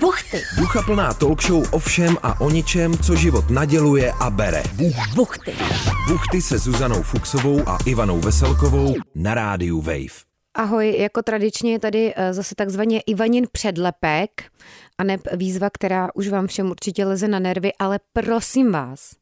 Buchty. Ducha plná talk show o všem a o ničem, co život naděluje a bere. Buchty. Buchty se Zuzanou Fuxovou a Ivanou Veselkovou na rádiu Wave. Ahoj, jako tradičně je tady eh, zase takzvaně Ivanin předlepek a neb výzva, která už vám všem určitě leze na nervy, ale prosím vás,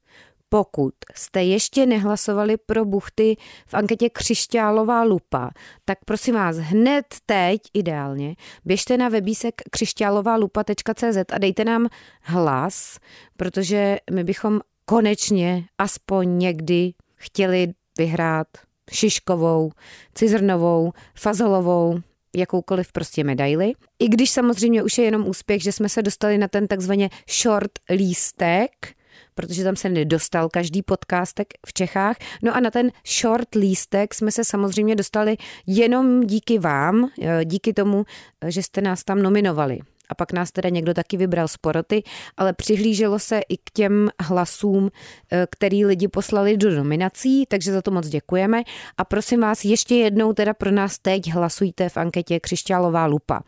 pokud jste ještě nehlasovali pro buchty v anketě Křišťálová lupa, tak prosím vás, hned teď ideálně běžte na webísek křišťálovalupa.cz a dejte nám hlas, protože my bychom konečně aspoň někdy chtěli vyhrát Šiškovou, Cizrnovou, Fazolovou, jakoukoliv prostě medaili. I když samozřejmě už je jenom úspěch, že jsme se dostali na ten takzvaně short lístek, protože tam se nedostal každý podcastek v Čechách. No a na ten short lístek jsme se samozřejmě dostali jenom díky vám, eh, díky tomu, eh, že jste nás tam nominovali. A pak nás teda někdo taky vybral z poroty, ale přihlíželo se i k těm hlasům, eh, který lidi poslali do nominací, takže za to moc děkujeme. A prosím vás, ještě jednou teda pro nás teď hlasujte v anketě Křišťálová lupa.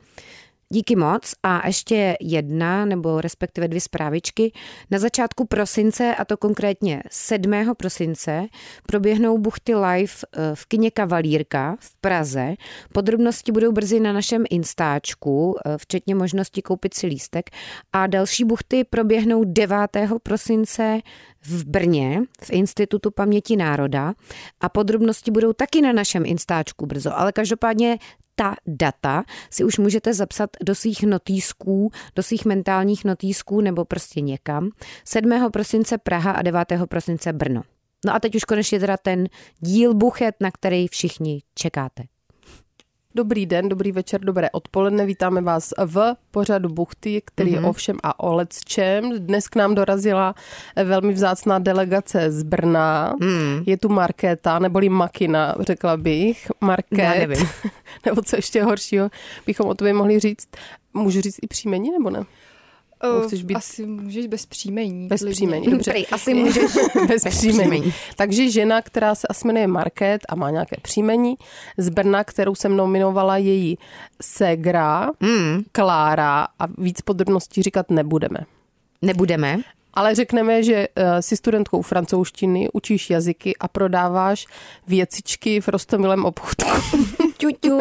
Díky moc a ještě jedna nebo respektive dvě zprávičky. Na začátku prosince, a to konkrétně 7. prosince, proběhnou buchty live eh, v kině Kavalírka v Praze. Podrobnosti budou brzy na našem Instačku, eh, včetně možnosti koupit si lístek. A další buchty proběhnou 9. prosince v Brně, v Institutu paměti národa. A podrobnosti budou taky na našem Instačku brzo. Ale každopádně ta data si už můžete zapsat do svých notýsků, do svých mentálních notýsků nebo prostě někam. 7. prosince Praha a 9. prosince Brno. No a teď už konečně teda ten díl Buchet, na který všichni čekáte. Dobrý den, dobrý večer, dobré odpoledne. Vítáme vás v pořadu Buchty, který Mhm. mm-hmm. je ovšem a o lecčem. Dnes k nám dorazila velmi vzácná delegace z Brna. Hmm. Mm. Je tu Markéta, neboli Makina, řekla bych. Market. Já nevím. nebo co ještě horšího bychom o tobě mohli říct. Můžu říct i příjmení, nebo ne? Eh, Chceš být- Asi můžeš bez příjmení. Bez klidně. příjmení, dobře. Prej, asi můžeš Bez příjmení. příjmení. Takže žena, která se asi jmenuje Market a má nějaké příjmení, z Brna, kterou jsem nominovala její Segra, mm, Klára a víc podrobností říkat nebudeme. nebudeme. Ale řekneme, že eh, jsi studentkou francouzštiny, učíš jazyky a prodáváš věcičky v rostomilém obchůdku. Ťuťu.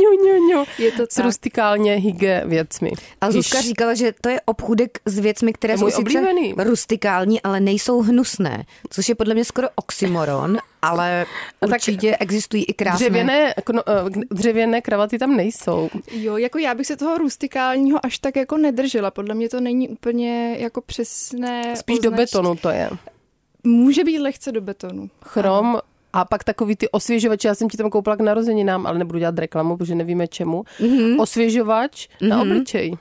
ňu, ňu, ňu. Je to S tak. rustikálně hygge věcmi. A Když- Zuzka říkala, že to je obchůdek s věcmi, které To je jsou můj sice oblíbený. rustikální, ale nejsou hnusné, což je podle mě skoro oxymoron, ale A No tak určitě existují i krásné. Dřevěné, kno, eh, dřevěné kravaty tam nejsou. Eh, Jo, jako já bych se toho rustikálního až tak jako nedržela. Podle mě to není úplně jako přesné. Spíš do označení. betonu to je. Může být lehce do betonu. Chrom a pak takový ty osvěžovače, já jsem ti tam koupila k narozeninám, ale nebudu dělat reklamu, protože nevíme čemu. Mhm. Mm-hmm. Osvěžovač mm-hmm. na obličej.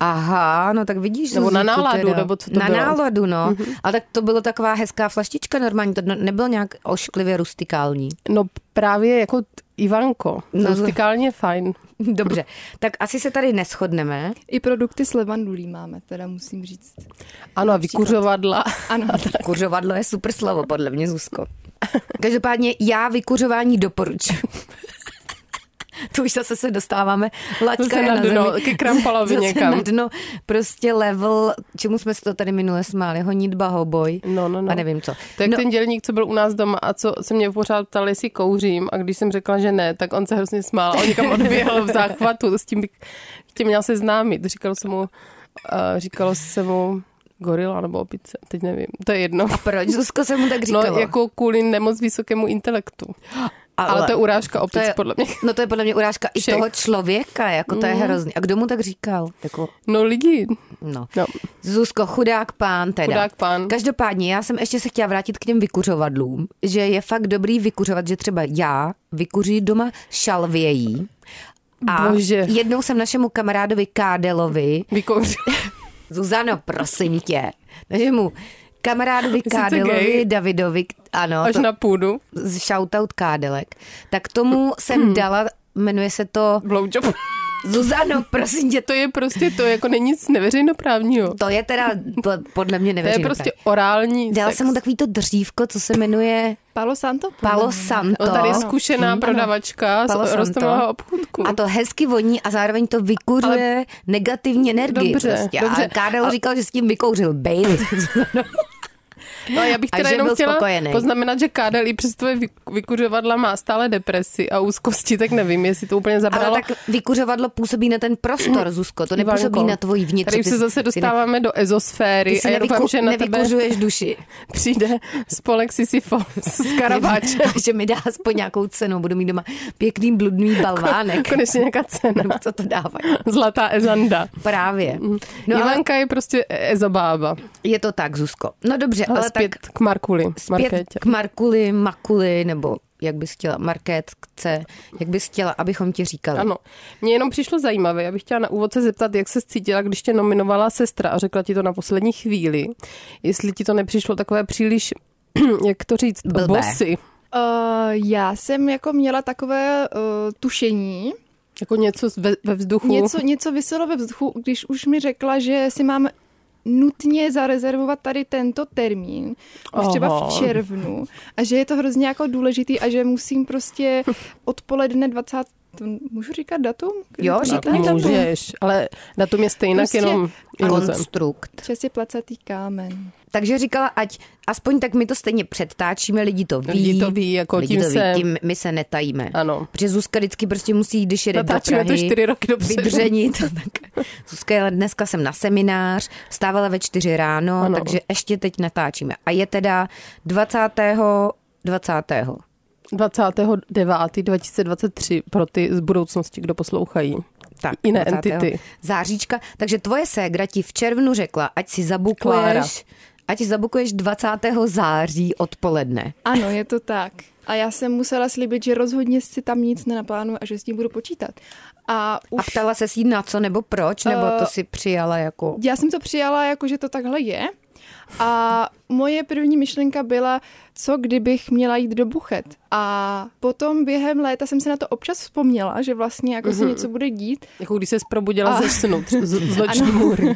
Aha, no tak vidíš. Nebo na Zuzíku, náladu, teda. nebo co to Na bylo? Mhm. náladu, no. Mm-hmm. Ale tak to bylo taková hezká flaštička normální, to nebylo nějak ošklivě rustikální. No právě jako t- Ivanko, No, no, to- rustikálně fajn. Dobře, tak asi se tady neschodneme. I produkty s levandulí máme, teda musím říct. Ano, a vykuřovadla. Ano, Kuřovadlo je super slovo, podle mě, Zuzko. Každopádně já vykuřování doporučuji. tu už zase se dostáváme. Laťka Zase je na na dno, zemi. ke Krampalovi Zase někam. na dno, prostě level, čemu jsme se to tady minule smáli, honitba, hoboj No, no, no. a nevím co. To je no. no, ten dělník, co byl u nás doma a co se mě pořád ptal, jestli kouřím a když jsem řekla, že ne, tak on se hrozně smál. On někam odběhl v záchvatu, s tím bych tě měla seznámit. Říkalo se mu, uh, říkalo se mu gorila nebo opice, teď nevím, to je jedno. proč Zuzko se mu tak No, říkalo? jako kvůli nemoc vysokému intelektu. Ale, ale to je urážka opic, to je- podle mě. No to je podle mě urážka i Všech. Mhm. toho člověka, jako to je hrozný. A kdo mu tak říkal? Jako, No lidi, no. no, Zuzko, chudák pán teda. chudák pán. Každopádně, já jsem ještě se chtěla vrátit k těm vykuřovadlům, že je fakt dobrý vykuřovat, že třeba já vykuří doma šalvějí. A Bože. jednou jsem našemu kamarádovi Kádelovi, Vykouřil. Zuzano, prosím tě, našemu kamarádovi Sice Kádelovi gay. Davidovi, ano, Až to, na půdu. Hmm. z shoutout Kádelek, tak tomu jsem dala, jmenuje se to Blowjob. Zuzano, prosím tě, To je prostě to, jako není nic neveřejnoprávního. to je teda to, podle mě To je neveřejné. prostě orální Dala sex. jsem mu takový to dřívko, co se jmenuje Palo Santo? podle Palo mě. Santo. No, tady je zkušená prodavačka Palo z Santo. rostomého obchůdku. A to hezky voní a zároveň to vykuruje Ale... negativní energii. Dobře, prostě. dobře. A Karel a... říkal, že s tím vykouřil Bale. No, já bych A teda že jenom byl chtěla spokojený. poznamenat, že Kádel i přes tvoje vyku- vykuřovadla má stále depresi a úzkosti, tak nevím, jestli to úplně zabralo. Ale tak vykuřovadlo působí na ten prostor, Zuzko, to nepůsobí Ivanko, na tvoji vnitř. Tady už se zase dostáváme do Ty, ezosféry si a já doufám, že na tebe nevykuřuješ duši. přijde spolek Sisyfos s Karabáčem. A že mi dá aspoň nějakou cenu, budu mít doma pěkný bludný balvánek. Konečně nějaká cena. Nebo co to dávají. Zlatá Ezanda. Právě. No, No ale Ivanka je prostě ezobába. je to tak, Zuzko. No dobře, Ale, ale zpět tak tak... k Markuli. zpět Markétě. k Markuli, Makuli, nebo jak bys chtěla, Markétce, jak bys chtěla, abychom ti říkali. Ano. Mně jenom přišlo zajímavé, já bych chtěla na úvod se zeptat, jak se cítila, když tě nominovala sestra a řekla ti to na poslední chvíli. Jestli ti to nepřišlo takové příliš, jak to říct, Blbé. bosy. Uh, já jsem jako měla takové uh, tušení, Jako něco ve, ve vzduchu. něco, něco vyselo ve vzduchu, když už mi řekla, že si mám nutně zarezervovat tady tento termín, už třeba Aha. v červnu, a že je to hrozně jako důležitý a že musím prostě odpoledne 20. To můžu říkat datum? Kdy Jo, to říkej. bylo? datum. Můžeš, ale datum je stejnak Prostě- prostě, jenom iluze. Konstrukt. Čas je placatý kámen. Takže říkala, ať aspoň tak my to stejně předtáčíme, lidi to ví. Lidi to ví, jako lidi tím to ví, se- tím my se netajíme. Ano. Protože Zuzka vždycky prostě musí, když jede Natáčíme do to Prahy, čtyři roky dopředu. vydřenit. tak. Zuzka, ale dneska jsem na seminář, vstávala ve čtyři ráno, ano. Ano. takže ještě teď natáčíme. A je teda 20. 20. 29. 2023 pro ty z budoucnosti, kdo poslouchají. Tak, Jiné 20. entity. Záříčka. Takže tvoje ségra ti v červnu řekla, ať si zabukuješ, Klára. ať si zabukuješ 20. září odpoledne. Ano, je to tak. A já jsem musela slíbit, že rozhodně si tam nic nenaplánuju a že s tím budu počítat. A už... A ptala se si na co nebo proč, nebo to Eh, si přijala jako... Já jsem to přijala, jako že to takhle je. A moje první myšlenka byla, co kdybych měla jít do Buchet. A potom během léta jsem se na to občas vzpomněla, že vlastně jako se něco bude dít. Jako když se probudila Ah. A- ze snu, tř- z, z noční můry.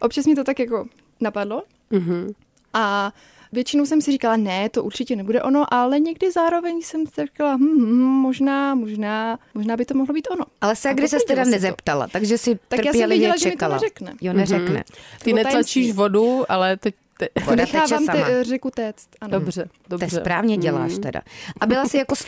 Občas mi to tak jako napadlo. A většinou jsem si říkala, ne, to určitě nebude ono, ale někdy zároveň jsem si říkala, hm, hm, možná, možná, možná by to mohlo být ono. Ale se, když se potvrdilo teda se vlastně to. nezeptala, takže si já jsem trpělivě věděla, že mi to čekala. neřekne. Mhm. Jo, neřekne. Mm-hmm. Ty Bylo netlačíš tajemství. vodu, ale teď... Te... Voda teče Nechávám sama. te, řeku téct. Ano. Dobře, Hmm, To je dobře. správně děláš Mhm. teda. A byla jsi jako s-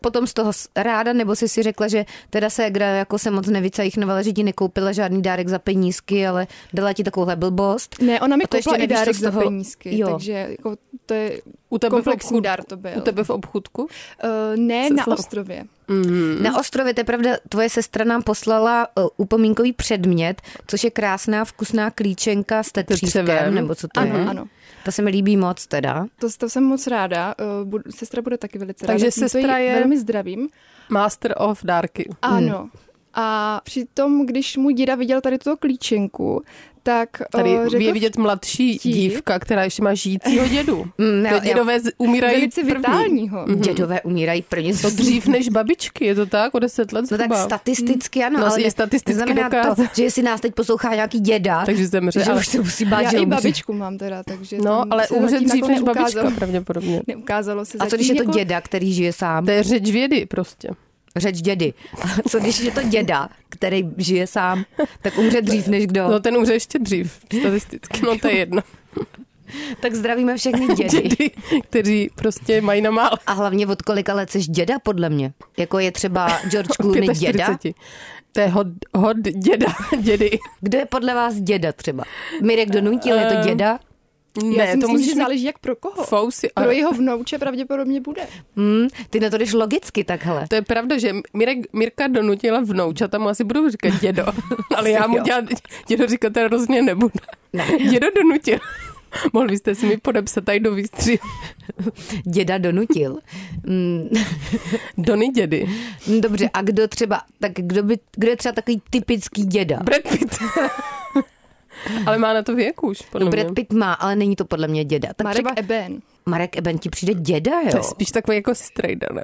potom z toho s- ráda, nebo jsi si řekla, že teda se gra jako se moc nevycajchnovala, že ti nekoupila žádný dárek za penízky, ale dala ti takovouhle blbost. Ne, ona mi A to ještě koupila i nevíš, co dárek z za toho- penízky, Jo. takže jako to je U tebe v komplexní obchůdku- dar to byl. U tebe v obchudku? Uh, ne, Se na slou- ostrově. Na ostrově, to je pravda, tvoje sestra nám poslala uh, upomínkový předmět, což je krásná vkusná klíčenka s tetřívkem, Tetřevem. nebo co to je. Mhm. Ano, ano. To se mi líbí moc teda. To, to jsem moc ráda. Eh, budu- Sestra bude taky velice Takže ráda. Tímto sestra ji je- Mhm. Velmi zdravím. Master of dárky. Ano. A přitom, když můj děda viděl tady tuto klíčenku, tak Tady eh, řekl je vidět mladší vtip. dívka, která ještě má žijícího dědu. Mm, já- Ty dědové z- umírají velice první. Mhm. vitálního. Dědové umírají první. To dřív než babičky, je to tak? O deset let No zhruba. tak statisticky ano, No, ale je ne- statisticky neznamená to, dokázat. že jestli nás teď poslouchá nějaký děda, Takže zemře, že ale- už se musí bát, Já že i umře. babičku mám teda, takže No, tam ale se umře zatím dřív jako než neukázalo- babička, pravděpodobně. Neukázalo se A co zatím když je to jako- děda, který žije sám? To je řeč vědy prostě. Řeč dědy. A co když je to děda, který žije sám, tak umře dřív než kdo. No ten umře ještě dřív, statisticky. No to je jedno. tak zdravíme všechny dědy. Dědy, kteří prostě mají na málo. A hlavně od kolika let jsi děda, podle mě? Jako je třeba George Clooney děda? 45. To je hod, hod děda, dědy. Kdo je podle vás děda třeba? Mirek Donutil, je Eh. to děda? Já si Ne, to myslím, že musíš mít záleží jak pro koho. fousy. A Pro jeho vnouče pravděpodobně bude. Hmm, ty na to jdeš logicky takhle. to je pravda, že Mirek, Mirka donutila vnoučata, tam mu asi budou říkat dědo. Ale já mu Jo. dělat, dědo říkat teda rozhodně nebudu. Dědo donutil. Mohli byste si mi podepsat tady do výstři. Děda Donutil. Hmm. No Dony dědy. Dobře, a kdo třeba, tak kdo, by, kdo je třeba takový typický děda? Brad Pitt. Ale má na to věk už, podle Brad mě. Pitt má, ale není to podle mě děda. Tak Marek třeba Eben. Marek Eben ti přijde děda, To je jo? spíš takový jako strejda, ne?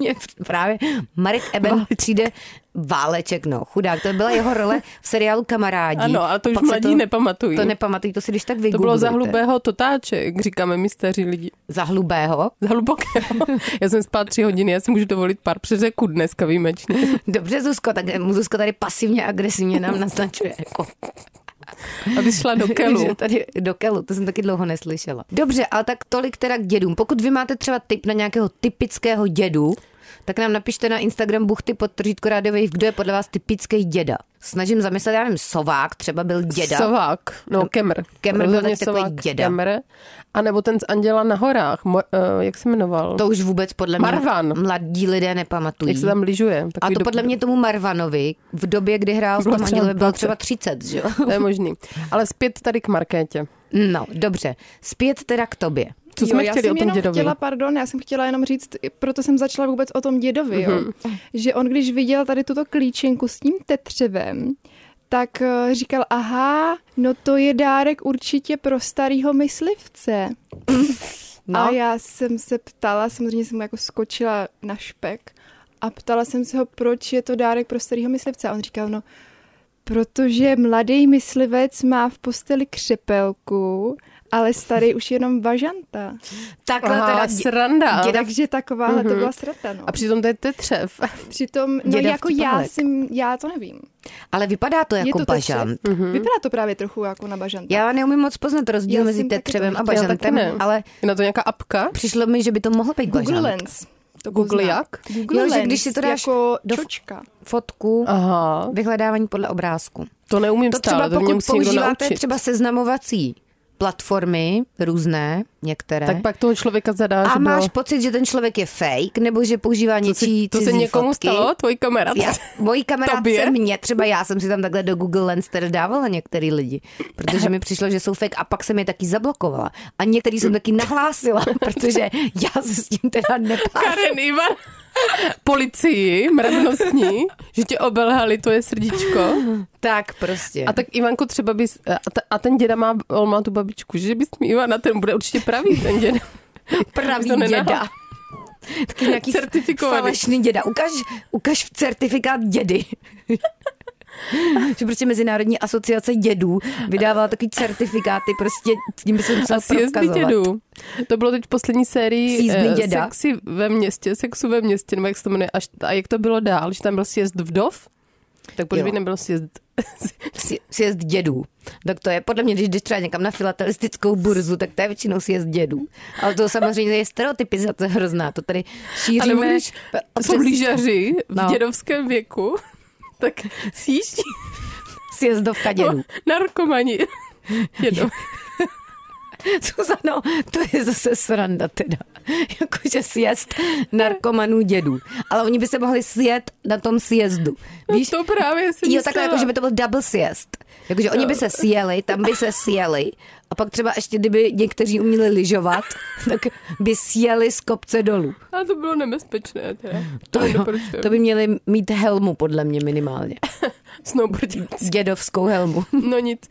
mě právě Marek Eben váleček. přijde váleček, no chudák. To byla jeho role v seriálu Kamarádi. Ano, ale to už Pak se mladí to, nepamatují. To nepamatují, to si když tak vygooglujte. to bylo za hlubého totáče, jak říkáme my staří lidi. Za hlubého? Za hlubokého. Já jsem spát tři hodiny, já si můžu dovolit pár přeřeků dneska výjimečně. Dobře, Zuzko, tak mu Zuzko tady pasivně agresivně nám naznačuje. Jako, Aby šla do že kelu. tady do kelu, to jsem taky dlouho neslyšela. Dobře, ale tak tolik teda k dědům. Pokud vy máte třeba tip na nějakého typického dědu, tak nám napište na Instagram buchty pod tržítko rádiových, kdo je podle vás typický děda. Snažím zamyslet, já nevím, Sovák třeba byl děda. Sovák, no kemr. Kemr byl Rozhodně taky takový děda. Kemr. A nebo ten z Anděla na horách, Mo, uh, jak se jmenoval? To už vůbec podle mě Marvan. mladí lidé nepamatují. jak se tam lyžuje. A Takový to do- podle mě tomu Marvanovi v době, kdy hrál v Bylo tom třeba Andělovi, bylo 20. třeba 30, že jo? To je možný. Ale zpět tady k Markétě. No, dobře. Zpět teda k tobě. Co jsme já chtěli jsem o tom jenom dědovi? Chtěla, pardon, já jsem chtěla jenom říct, proto jsem začala vůbec o tom dědovi, jo. Mhm. že on když viděl tady tuto klíčenku s tím tetřevem, tak eh, říkal, aha, no to je dárek určitě pro starýho myslivce. No. No. A já jsem se ptala, samozřejmě jsem mu jako skočila na špek a ptala jsem se ho, proč je to dárek pro starého myslivce. A on říkal, no, protože mladý myslivec má v posteli křepelku, ale starý už jenom bažanta. Takhle Aha, teda dě- sranda. Děda, takže takováhle mm-hmm. to byla srata, no. A přitom to je tetřev. přitom, no děda jako já vtipálek. jsem, já to nevím. Ale vypadá to je jako to bažant. tetřev. Vypadá to právě trochu jako na bažanta. Já neumím moc poznat rozdíl Já mezi jsem taky tetřevem to a nechtěla, bažantem, taky ne. ale Je na to nějaká apka? přišlo mi, že by to mohl být Google bažant. Lens. To Google pozná. jak? Google Jo, že Lens, když si to dáš jako do- čočka. Fotku, Aha, vyhledávání podle obrázku. to neumím To třeba stále, to mě pokud musí někdo používáte naučit. třeba seznamovací platformy, různé, některé, Tak pak toho člověka zadáš a máš do... pocit, že ten člověk je fake, nebo že používá To, si, něčí to se cizí někomu fotky. stalo, tvojí kamarádce? Já, mojí Tobě? kamarádce mě, třeba já jsem si tam takhle do Google Lens teda dávala některý lidi, protože mi přišlo, že jsou fake a pak jsem je taky zablokovala. A některý jsem taky nahlásila, protože já se s tím teda nepářím. Karen Ivan. Policii, mravnostní, že tě obelhali, to je srdíčko. Tak prostě. A tak Ivanko třeba bys, a, ta, a ten děda má, on má tu babičku, že bys mi Ivana, ten bude určitě pravý, ten děda. pravý to nenahal. děda. Taky nějaký Certifikovaný. falešný děda. Ukaž, ukaž v certifikát dědy. že prostě Mezinárodní asociace dědů vydávala takový certifikáty, prostě s tím by se musel A sjezdy prokazovat. dědu. To bylo teď v poslední sérii Sjezdy eh, děda. sexy ve městě, sexu ve městě, nebo jak se to jmenuje. Až, a jak to bylo dál, že tam byl sjezd vdov? Tak proč Jo. by nebyl sjezd Si- sjezd dědů. Tak to je podle mě, když jdeš třeba někam na filatelistickou burzu, tak to je většinou sjezd dědů. Ale to samozřejmě je stereotypizace hrozná. To tady A nebo šíříme. když jsou lyžaři v No. dědovském věku, tak sjíždí Sjezdovka dědů. narkomani. Dědov. Suzano, to je zase sranda teda. Jakože sjezd narkomanů dědů. Ale oni by se mohli sjet na tom sjezdu. Víš, To právě si Jo, takhle, jako, že by No, to byl double siest. Jakože oni by se sjeli, tam by se sjeli. A pak třeba ještě, kdyby někteří uměli lyžovat, tak by sjeli z kopce dolů. A to bylo nebezpečné. Teda. To, jo, nedoporučujem. to by měli mít helmu, podle mě minimálně. Snowboardiaci. Dědovskou helmu. No nic.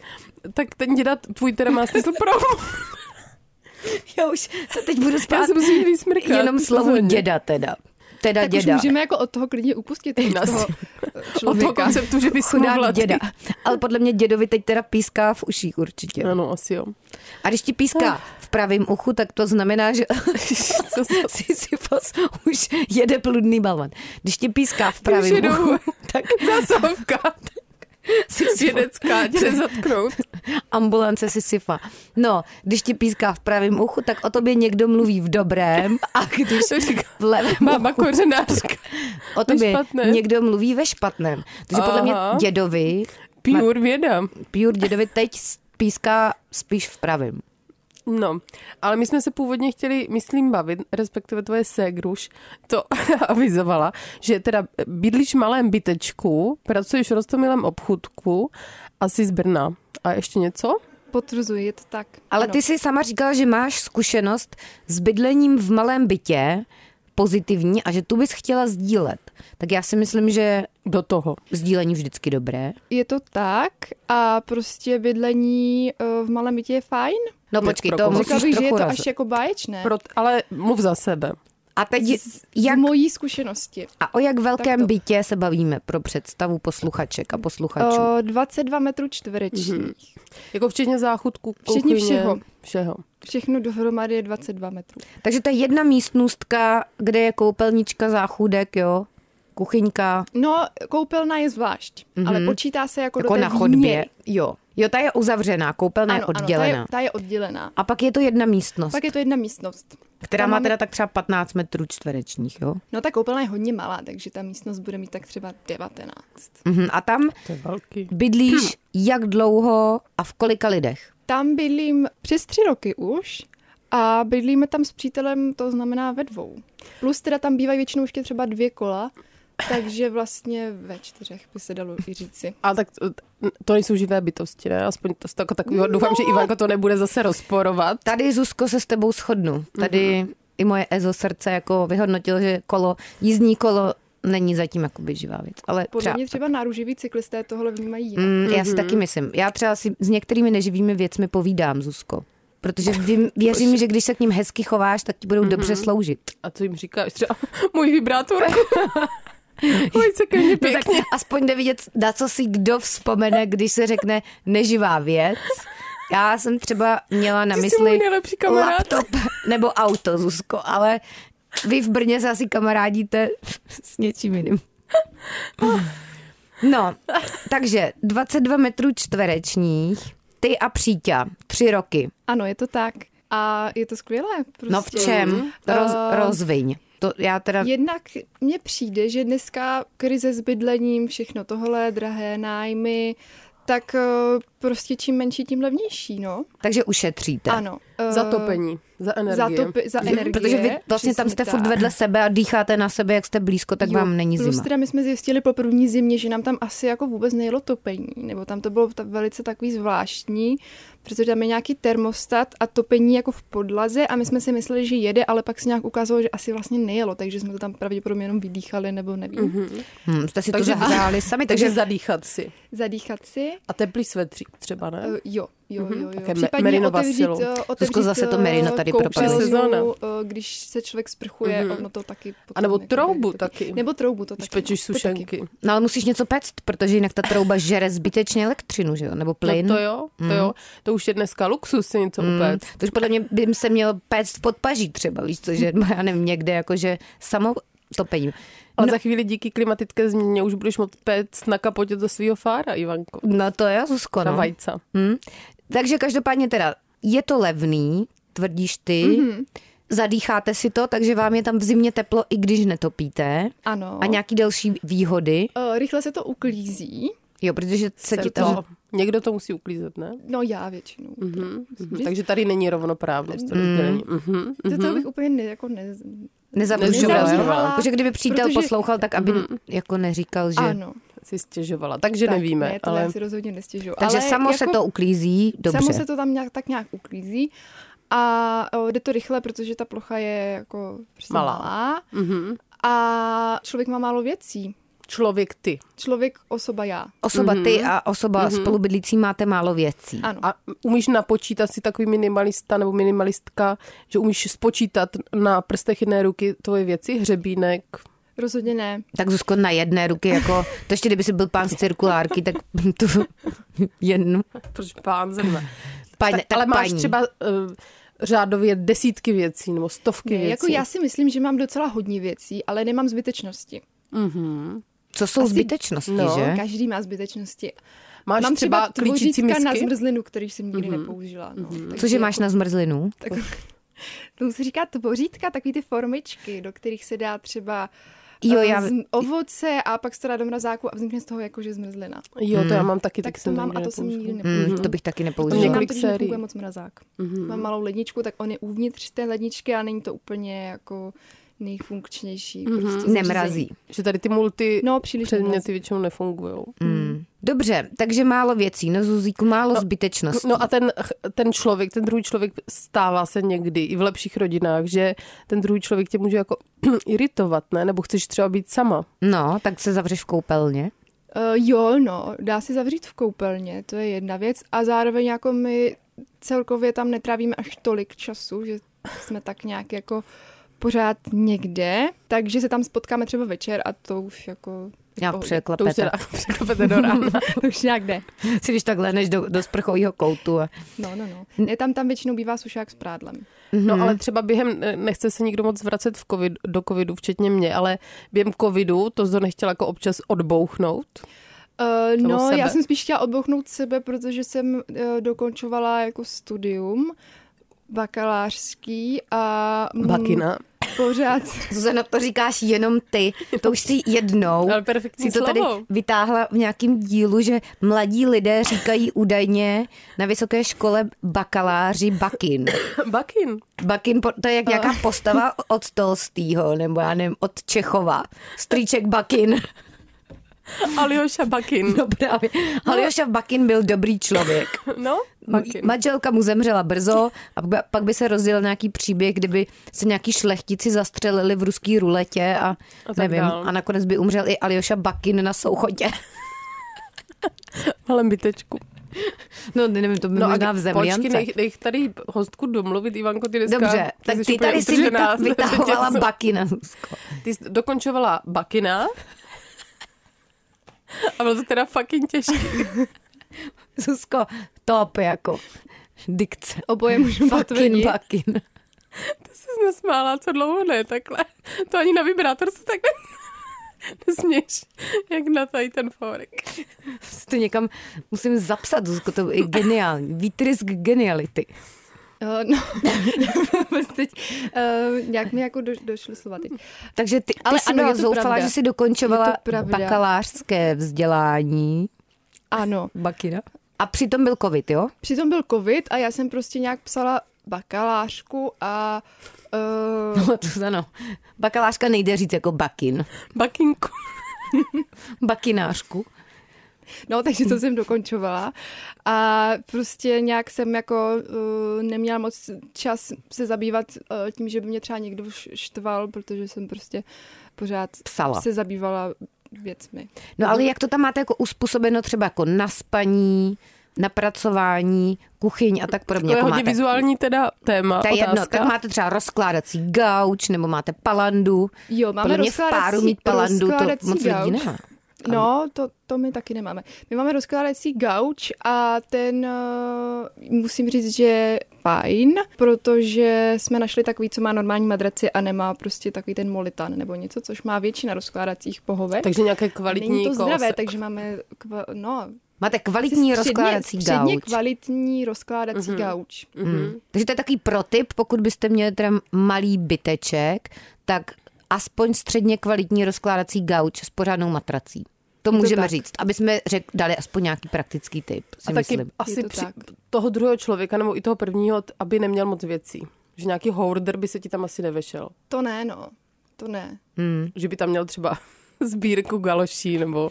Tak ten děda tvůj teda má smysl pro. Já už se teď budu spát. Já se musím vysmrkat. Jenom slovo Pozorně. děda teda. Teda Tak děda. No, už můžeme jako od toho klidně upustit od Nás- toho eh, Od toho člověka. konceptu, že by Chudák smluvla ty. No. děda. Ale podle mě dědovi teď teda píská v uších určitě. Ano, asi jo. A když ti No. píská v pravém uchu, tak to znamená, že Co se- Sisyfos už jede pludný balvan. Když ti píská v Už pravém jedou. uchu, tak Zásovka. Sisyfos, Svědecká, tě jde zatknout. ambulance Sisyfa. No, když ti píská v pravém uchu, tak o tobě někdo mluví v dobrém a když To říká v levém máma kořenářka. o tobě špatném. někdo mluví ve špatném. Takže podle mě Aha. dědovi, Pure věda. pure dědovi teď píská spíš v pravém. No, ale my jsme se původně chtěli, myslím, bavit, respektive tvoje ségruš to avizovala, že teda bydlíš v malém bytečku, pracuješ v rostomilém obchudku a jsi z Brna. A ještě něco? Potvrzuji, je to tak. Ale Ano. ty jsi sama říkala, že máš zkušenost s bydlením v malém bytě, pozitivní, a že tu bys chtěla sdílet. Tak já si myslím, že Do toho. sdílení vždycky dobré. Je to tak a prostě bydlení eh, v malém bytě je fajn. No počkej, pro to koho? musíš Říkala bych, že je trochu to roz... až jako báječné. Pro, ale mluv za sebe. A teď Z, jak, z mojí zkušenosti. a o jak velkém Takto. bytě se bavíme pro představu posluchaček a posluchačů? O 22 eh, metrů čtverečních. Mhm. Jako včetně záchutku, Včetně kuchyně, všeho. všeho. Všechno dohromady je 22 metrů. Takže to je jedna místnostka, kde je koupelnička, záchůdek, jo? Kuchyňka, No, koupelna je zvlášť, mm-hmm. ale počítá se jako, jako do té na chodbě. výměry. Jo. jo, ta je uzavřená, koupelna je Ano, oddělená. Ano, ta, je, ta je oddělená. A pak je to jedna místnost, Pak je to jedna místnost. která tam má máme- teda tak třeba 15 metrů čtverečních, jo? No ta koupelna je hodně malá, takže ta místnost bude mít tak třeba 19. Mhm. A tam To je velký. bydlíš jak dlouho a v kolika lidech? Tam bydlím přes tři roky už a bydlíme tam s přítelem, to znamená ve dvou. Plus teda tam bývají většinou ještě třeba dvě kola, takže vlastně ve čtyřech by se dalo i říci. Ale tak to- to nejsou živé bytosti, ne? Aspoň to, tak, tak no. doufám, že Ivanka to nebude zase rozporovat. Tady, Zuzko, se s tebou shodnu. Tady mm-hmm. i moje EZO srdce jako vyhodnotilo, že kolo, jízdní kolo není zatím jakoby živá věc. Ale Podle třeba, mě třeba náruživí cyklisté tohle vnímají jinak. mm, já si taky myslím. Já třeba si s některými neživými věcmi povídám, Zuzko. Protože vím, věřím, že když se k ním hezky chováš, tak ti budou mm-hmm. dobře sloužit. A co jim říkáš? Třeba můj vibrátor. Pojď se ke mně No tak pěkně. aspoň jde vidět, na co si kdo vzpomene, když se řekne neživá věc. Já jsem třeba měla na Ty jsi mysli můj nejlepší kamarád. laptop nebo auto, Zuzko, ale vy v Brně se asi kamarádíte s něčím jiným. No, takže 22 metrů čtverečních, ty a příťa, tři roky. Ano, je to tak. A je to skvělé. Prostě. No v čem? Roz, Ehm, Eh, rozviň. To já teda... Jednak mně přijde, že dneska krize s bydlením, všechno tohle, drahé nájmy, tak eh, prostě čím menší, tím levnější, no. Takže ušetříte. Ano. Eh, Eh, Zatopení, za energie. Za, topi, za energie. Mhm. Protože vy vlastně tam přesně jste furt tak. vedle sebe a dýcháte na sebe, jak jste blízko, tak jo, vám není plus zima. teda prostě my jsme zjistili po první zimě, že nám tam asi jako vůbec nejelo topení, nebo tam to bylo ta velice takový zvláštní, protože tam je nějaký termostat a topení jako v podlaze a my jsme si mysleli, že jede, ale pak se nějak ukázalo, že asi vlastně nejelo, takže jsme to tam pravděpodobně jenom vydýchali, nebo nevím. Mhm. Mm-hmm. Hm, jste si Takže- to zahráli sami, takže, Takže zadýchat si. Zadýchat si, A teplý svetřík třeba, ne? Eh, Jo, jo, jo. jo. Mhm. Také me- Případně merino otevřít, vasilou. eh, otevřít Zuzko, zase to eh, merino tady propadlo. koupelnu, Sezóna. eh, Když se člověk sprchuje, ono to taky... potom Mhm. jako nebo jakoby- troubu taky. Nebo troubu to Když taky. pečeš no, to taky. sušenky. No ale musíš něco pect, protože jinak ta trouba žere zbytečně elektřinu, že jo? Nebo plyn. No to jo, to jo. To už je dneska luxus si něco upéct. To už podle mě by se mělo péct v podpaží třeba, víš co, že já nevím, někde jako, jakože samotopením. Ale no. za chvíli díky klimatické změně už budeš moct péct na kapotě do svého fára, Ivanko. No to je, Zuzko, Na no. vajca. Hm? Takže každopádně teda, je to levný, tvrdíš ty, mm-hmm. zadýcháte si to, takže vám je tam v zimě teplo, i když netopíte. Ano. A nějaký další výhody, Eh, Rychle se to uklízí. jo, protože se ti to... To. Někdo to musí uklízet, ne? No já většinou. Mm-hmm. Mhm. Takže tady není rovnoprávnost. Mm. Mhm. To, to bych úplně ne, jako ne... Nezabružovala. Nezabružovala. jo? Protože kdyby přítel Protože- poslouchal, tak aby jako neříkal, že... Ano. Si stěžovala, takže tak, tak, nevíme. Ne, to ale... já si rozhodně nestěžuju. Takže ale samo jako, se to uklízí, dobře. Samo se to tam nějak, tak nějak uklízí. A o, jde to rychle, protože ta plocha je jako prostě Malá. malá. malá. Mhm. A člověk má málo věcí. Člověk ty. Člověk, osoba já. Osoba ty a osoba spolubydlící máte málo věcí. Ano. A umíš napočítat si takový minimalista nebo minimalistka, že umíš spočítat na prstech jedné ruky tvoje věci, hřebínek. Rozhodně ne. Tak Zuzko na jedné ruky, jako, to ještě kdyby si byl pán z cirkulárky, tak tu jednu. Proč pán zrovna? Paň, Tak, tak, ale máš paní. třeba uh, řádově desítky věcí nebo stovky ne věcí. jako já si myslím, že mám docela hodně věcí, ale nemám zbytečnosti. Co jsou zbytečnosti, no, že? Každý má zbytečnosti. Máš mám třeba, třeba klíčící tvořítka na misky? zmrzlinu, který jsem nikdy mm-hmm. nepoužila. No. Mm-hmm. Cože máš na zmrzlinu? Tomu se říká tvořítka, takový ty formičky, do kterých se dá třeba Jo, eh, já- z- ovoce a pak se to dá do mrazáku a vznikne z toho jakože zmrzlina. Jo, to já Hmm. mám taky. Tak to jsem mám a nikdy to jsem nepoužila. nikdy nepoužila. Mm, to bych taky Protože nepoužila. mám Několik Mhm. to, že sérií. Mhm. nefunguje moc mrazák. Mm-hmm. Mám malou ledničku, tak on je uvnitř té ledničky a není to úplně jako nejfunkčnější. Mm-hmm. Prostě zařízení. Nemrazí. Že tady ty multi No, příliš Mhm. předměty nemrazí. většinou nefungují. Mm. Dobře, takže málo věcí. No Zuzíku, málo zbytečností. No a ten, ten člověk, ten druhý člověk stává se někdy i v lepších rodinách, že ten druhý člověk tě může jako iritovat, ne? Nebo chceš třeba být sama. No, tak se zavřeš v koupelně. Uh, jo, no, dá se zavřít v koupelně, to je jedna věc. A zároveň jako my celkově tam netrávíme až tolik času, že jsme tak nějak jako pořád někde, takže se tam spotkáme třeba večer a to už jako... Nějak Oh, To už překlepete. se dá no, překlepete do rána. To už nějak jde. Si když tak lehneš do, do sprchového koutu. A... No, no, no. Ne, tam, tam většinou bývá sušák s prádlem. Mhm. No ale třeba během, eh, nechce se nikdo moc vracet v COVID, do covidu, včetně mě, ale během covidu to Zdo nechtěla jako občas odbouchnout. Uh, Nebo no, sebe. já sebe. jsem spíš chtěla odbouchnout sebe, protože jsem uh, dokončovala jako studium bakalářský a mm, Bakina. pořád Zuzana, to říkáš jenom ty. To už si jednou. Ale perfektní si to tady slovo. vytáhla v nějakém dílu, že mladí lidé říkají údajně na vysoké škole bakaláři bakin. Bakin. Bakin, po- to je jak nějaká postava od Tolstýho, nebo já nevím, od Čechova. Strýček Bakin. Aljoša Bakin. No právě. Aljoša Bakin byl dobrý člověk. No, Bakin. Manželka mu zemřela brzo a pak by- pak by se rozjel nějaký příběh, kdyby se nějaký šlechtici zastřelili v ruský ruletě a, a tak nevím. dál. A nakonec by umřel i Aljoša Bakin na souchodě. Malém bytečku. No nevím, to by no možná v počkej, Zemljance. nech, nech tady hostku domluvit, Ivanko, ty dneska... Dobře, ty tak jsi ty úplně tady si utržená. vyta- vytahovala Tě- Bakina. Ty jsi dokončovala Bakina. A bylo to teda fucking těžké. Zuzko, top jako dikce. oboje můžu Bakin, potvrdit. Bakin. Ty jsi nesmála, co dlouho ne, takhle. To ani na vibrátor se takhle nesměš, jak na tady ten fórek. To někam musím zapsat, Zuzko, to je geniální. Výtrysk geniality. Eh, no, vůbec teď, uh, nějak mi jako do, došly slova teď. Takže ty, ty Ale Ale jsi ano, byla je to zoufalá, pravda. že jsi dokončovala Je to pravda. bakalářské vzdělání. Ano, Bakina. A přitom byl covid, jo? přitom byl covid a já jsem prostě nějak psala bakalářku a uh, No, to ano. Bakalářka nejde říct jako bakin. Bakinku. Bakinářku. No, takže to jsem dokončovala. A prostě nějak jsem jako uh, neměla moc čas se zabývat uh, tím, že by mě třeba někdo š- štval, protože jsem prostě pořád Psala. se zabývala věcmi. No ale jak to tam máte jako uspůsobeno třeba jako na spaní, na pracování, kuchyň a tak podobně? To je Jako hodně máte, vizuální teda téma, to je jedno, otázka. tak máte třeba rozkládací gauč, nebo máte palandu. Jo, máme Podle mě v rozkládací- páru mít palandu, to rozkládací moc lidí gauč. nemá. No, to, to my taky nemáme. My máme rozkládací gauč a ten uh, musím říct, že je fajn, protože jsme našli takový, co má normální madraci a nemá prostě takový ten molitan nebo něco, což má většina rozkládacích pohovek. Takže nějaké kvalitní Není to kousek. zdravé, takže máme kva- no, Máte kvalitní asi středně- rozkládací středně gauč. kvalitní rozkládací mm-hmm. gauč. Mm. Takže to je takový protip, pokud byste měli teda malý byteček, tak aspoň středně kvalitní rozkládací gauč s pořádnou matrací. To můžeme tak. říct, aby jsme řek, dali aspoň nějaký praktický tip, si A taky myslím. asi Je to při, tak. toho druhého člověka nebo i toho prvního, t- aby neměl moc věcí. Že nějaký hoarder by se ti tam asi nevešel. To ne, no. To ne. Hmm. Že by tam měl třeba sbírku galoší nebo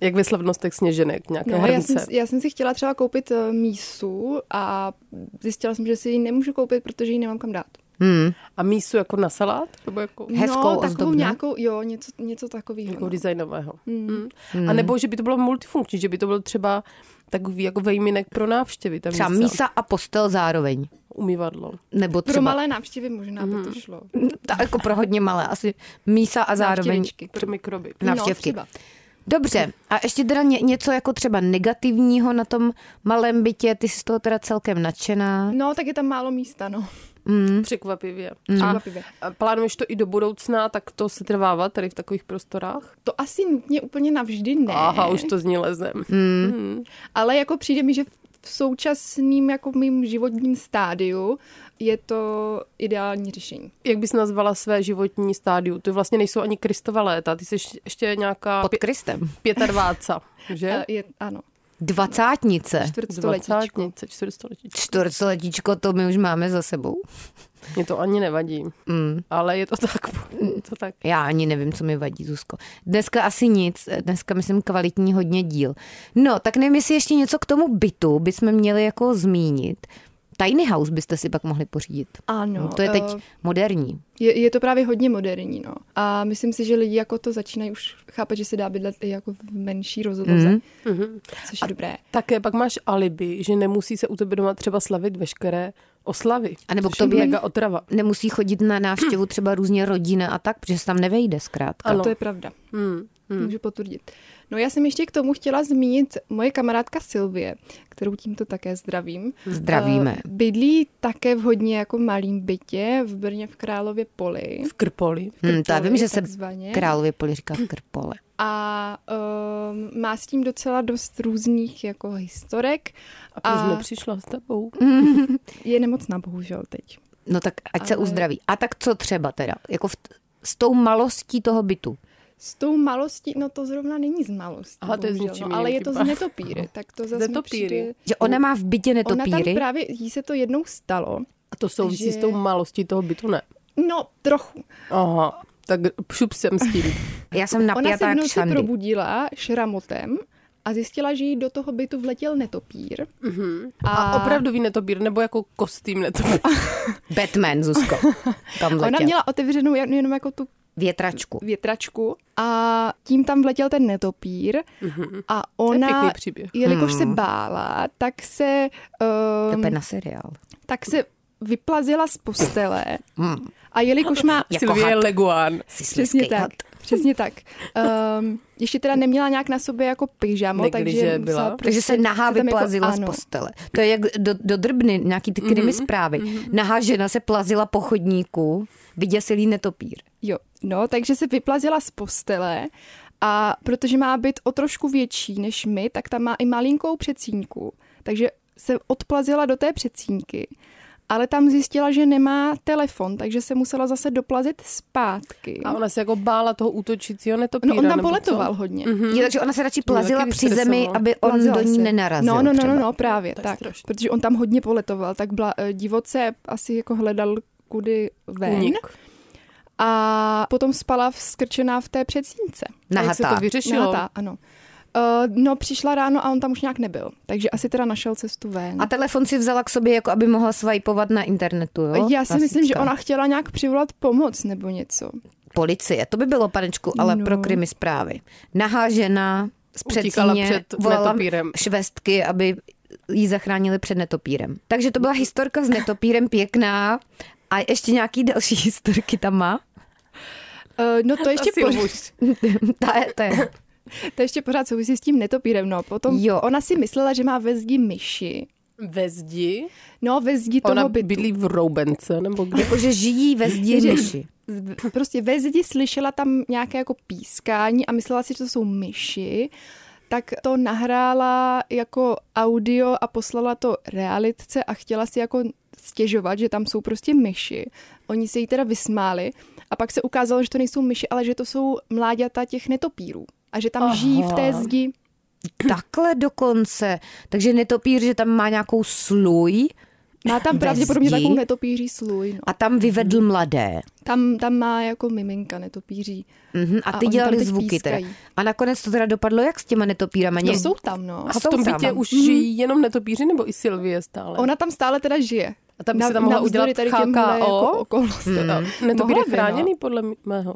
jak ve slavnostech sněženek, nějaké No, já, jsem, hrnce. si- já jsem si chtěla třeba koupit eh, mísu a zjistila jsem, že si ji nemůžu koupit, protože ji nemám kam dát. Hmm. A mísu jako na salát? Nebo jako, Hezkou, no, takovou ozdobnou? nějakou, jo, něco, něco takového. jako No. designového. Mm. A nebo, že by to bylo multifunkční, že by to byl třeba takový jako vejminek pro návštěvy. Ta Třeba mísa. mísa a postel zároveň. Umývadlo. Nebo třeba, Mhm. Pro malé návštěvy možná by to šlo. ta, jako pro hodně malé, asi mísa a zároveň Návštěvičky. Pro mikroby. návštěvky. No, třeba. Dobře, a ještě teda ně, něco jako třeba negativního na tom malém bytě, ty jsi z toho teda celkem nadšená. Mm. no, tak je tam málo místa, Mhm. no. Překvapivě. A, Překvapivě. a plánuješ to i do budoucna, tak to se trvává tady v takových prostorách? To asi nutně úplně navždy ne. Aha, už to zní lezem. Mm. Ale jako přijde mi, že v současným jako mým životním stádiu je to ideální řešení. Jak bys nazvala své životní stádiu? Ty vlastně nejsou ani Kristova léta, ty jsi ještě nějaká Pod pě- Kristem. pětadváca, že? A Je, ano, Dvacátnice. Eh, čtvrtstoletí. Dvacátnice, čtyřstoletíčka. Čtvrtstoletíčko, to my už máme za sebou. Mě to ani nevadí, Mm. ale je to tak. je To tak. Já ani nevím, co mi vadí, Zuzko. Dneska asi nic, dneska myslím kvalitní hodně díl. No, tak nevím, jestli ještě něco k tomu bytu bychom měli jako zmínit. Tiny house byste si pak mohli pořídit. Ano. No, to je teď eh, moderní. Je, je to právě hodně moderní, no. A myslím si, že lidi jako to začínají už chápat, že se dá bydlet i jako v menší rozloze, Mhm. mm. což je dobré. Také pak máš alibi, že nemusí se u tebe doma třeba slavit veškeré oslavy. A nebo k což je tobě- mega otrava. Nemusí chodit na návštěvu třeba různě rodina a tak, protože se tam nevejde zkrátka. Ano. To je pravda, Hmm. hmm. můžu potvrdit. No já jsem ještě k tomu chtěla zmínit moje kamarádka Silvie, kterou tímto také zdravím. Zdravíme. Eh, Bydlí také v hodně jako malým bytě v Brně v Králově poli. V Krpoli. Hmm, to já vím, že se takzvaně. Králově poli říká krpole. A um, má s tím docela dost různých jako historek. A proč A- nepřišla s tebou? Je nemocná bohužel teď. No tak ať Ale... se Ale- uzdraví. A tak co třeba teda? Jako v, s tou malostí toho bytu. S tou malostí, no to zrovna není z malostí. Aha, to je s bohužel, něčím no, Ale jiným je to z typa. netopíry, tak to zase netopíry. Přijde... Že ona má v bytě Ona netopíry. tam právě, jí se to jednou stalo. A to souvisí Že- s tou malostí toho bytu, ne? No, trochu. Aha, tak šup jsem s tím. Já jsem Ona napjatá se v jak noci šandy. probudila šramotem a zjistila, že jí do toho bytu vletěl netopír. Mhm. A opravdový netopír, nebo jako kostým netopír. Batman, Zuzko. Tam Ona letěl. měla otevřenou jen- jenom jako tu Větračku. větračku a tím tam vletěl ten netopír a Mhm. To je pěkný ona, příběh. jelikož se bála, tak se, To je um, úplně na seriál. tak se vyplazila z postele Mm. a jelikož má... Jako Silvie had. Leguán. Jsi Přesně slizký tak. had. Přesně tak. Um, ještě teda neměla nějak na sobě jako pyžamo, Negliže byla. takže musela prostě Takže se nahá tam vyplazila jako, z ano. Mhm, postele. To je jak do, do drbny, nějaký ty krymy zprávy. Nahá žena se plazila po chodníku, vyděsilý netopír. Jo, no, takže se vyplazila z postele a protože má být o trošku větší než my, tak tam má i malinkou přecínku. Takže se odplazila do té přecínky, ale tam zjistila, že nemá telefon, takže se musela zase doplazit zpátky. A ona se jako bála toho útočícího netopíra. No, on tam nebo co? poletoval hodně. Mm-hmm. Je, takže ona se radši plazila taky při zemi, vystresovala. aby on Plazila do ní se. nenarazil. No, no, no, třeba. no, no právě, To je tak. strašný. Protože on tam hodně poletoval, tak bla, eh, divoce asi jako hledal kudy ven. Únik. A potom spala skrčená v té předsínce. A jak se to Nahatá. vyřešilo? Nahatá, ano. Uh, no, přišla ráno a on tam už nějak nebyl. Takže asi teda našel cestu ven. A telefon si vzala k sobě, jako aby mohla swipovat na internetu, jo? Já si myslím, že Klasička. ona chtěla nějak přivolat pomoc nebo něco. Policie, to by bylo, panečku, ale No. pro krymy zprávy. Nahá žena z Utíkala předsíně před volala netopírem. švestky, aby ji zachránili před netopírem. Takže to byla historka s netopírem pěkná. A ještě nějaký další historky tam má? Uh, no to ještě, Asi pořád, už. ta je, ta je. to ještě pořád souvisí s tím netopírem. No, potom Jo. jo. ona si myslela, že má ve zdi myši. Ve zdi. No, ve zdi Ona toho bytu. bydlí v Roubence, nebo kde? Jakože žijí ve zdi myši. z- prostě ve zdi slyšela tam nějaké jako pískání a myslela si, že to jsou myši, tak to nahrála jako audio a poslala to realitce a chtěla si jako stěžovat, že tam jsou prostě myši. Oni se jí teda vysmáli a pak se ukázalo, že to nejsou myši, ale že to jsou mláďata těch netopírů a že tam Aha. Aha. žijí v té zdi. Takhle dokonce. Takže netopír, že tam má nějakou sluj Má tam Ve pravděpodobně zdi? takovou netopíří sluj. No. a tam vyvedl mladé. Tam, tam má jako miminka netopíří. Mhm, a A ty oni tam dělali teď zvuky teda. pískají. A nakonec to teda dopadlo jak s těma netopírama? No, Ně- jsou tam, no. A v Jsou tom tam. bytě už žijí jenom netopíři, nebo i Silvie stále? Ona tam stále teda žije. A tam by se tam mohla navzdory udělat tady těmhle KKO? Jako okolnostem. Hmm. Netopír je Mohla by, no. Jako- chráněný podle mého.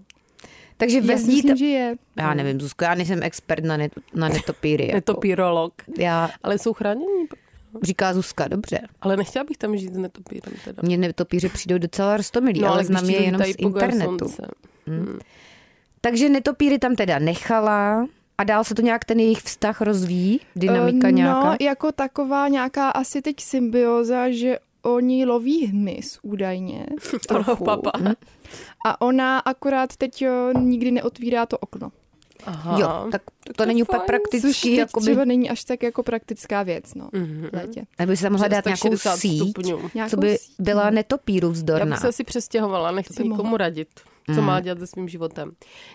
Takže Já ve si zdi... myslím, že je. Já nevím, Zuzko, já nejsem expert na, net, na netopíry. Jako. Netopírolog. Já, Ale jsou chránění. říká Zuzka, dobře. Ale nechtěla bych tam žít s netopírem teda. Mně netopíři přijdou docela rostomilí, no, ale když znám je ti jenom lítají z po garsonce. internetu. Takže netopíry tam teda nechala a dál se to nějak ten jejich vztah rozvíjí, dynamika Eh, nějaká. No, jako taková nějaká asi teď symbioza, že oni loví hmyz údajně. Toho trochu. Hm? papa. A ona akorát teď jo, nikdy neotvírá to okno. Aha. jo, tak to, to to není je úplně fajn. Což praktický, teď jakoby, třeba není až tak jako praktická věc, no. Mhm, V létě. nebo by se tam mohla dát nějakou 360 síť, stupňů. co Nějakou by síť, byla no. netopíru Já vzdorná. bych se asi přestěhovala, To nechci by nikomu mohla. Hmm. radit, co má dělat se svým životem.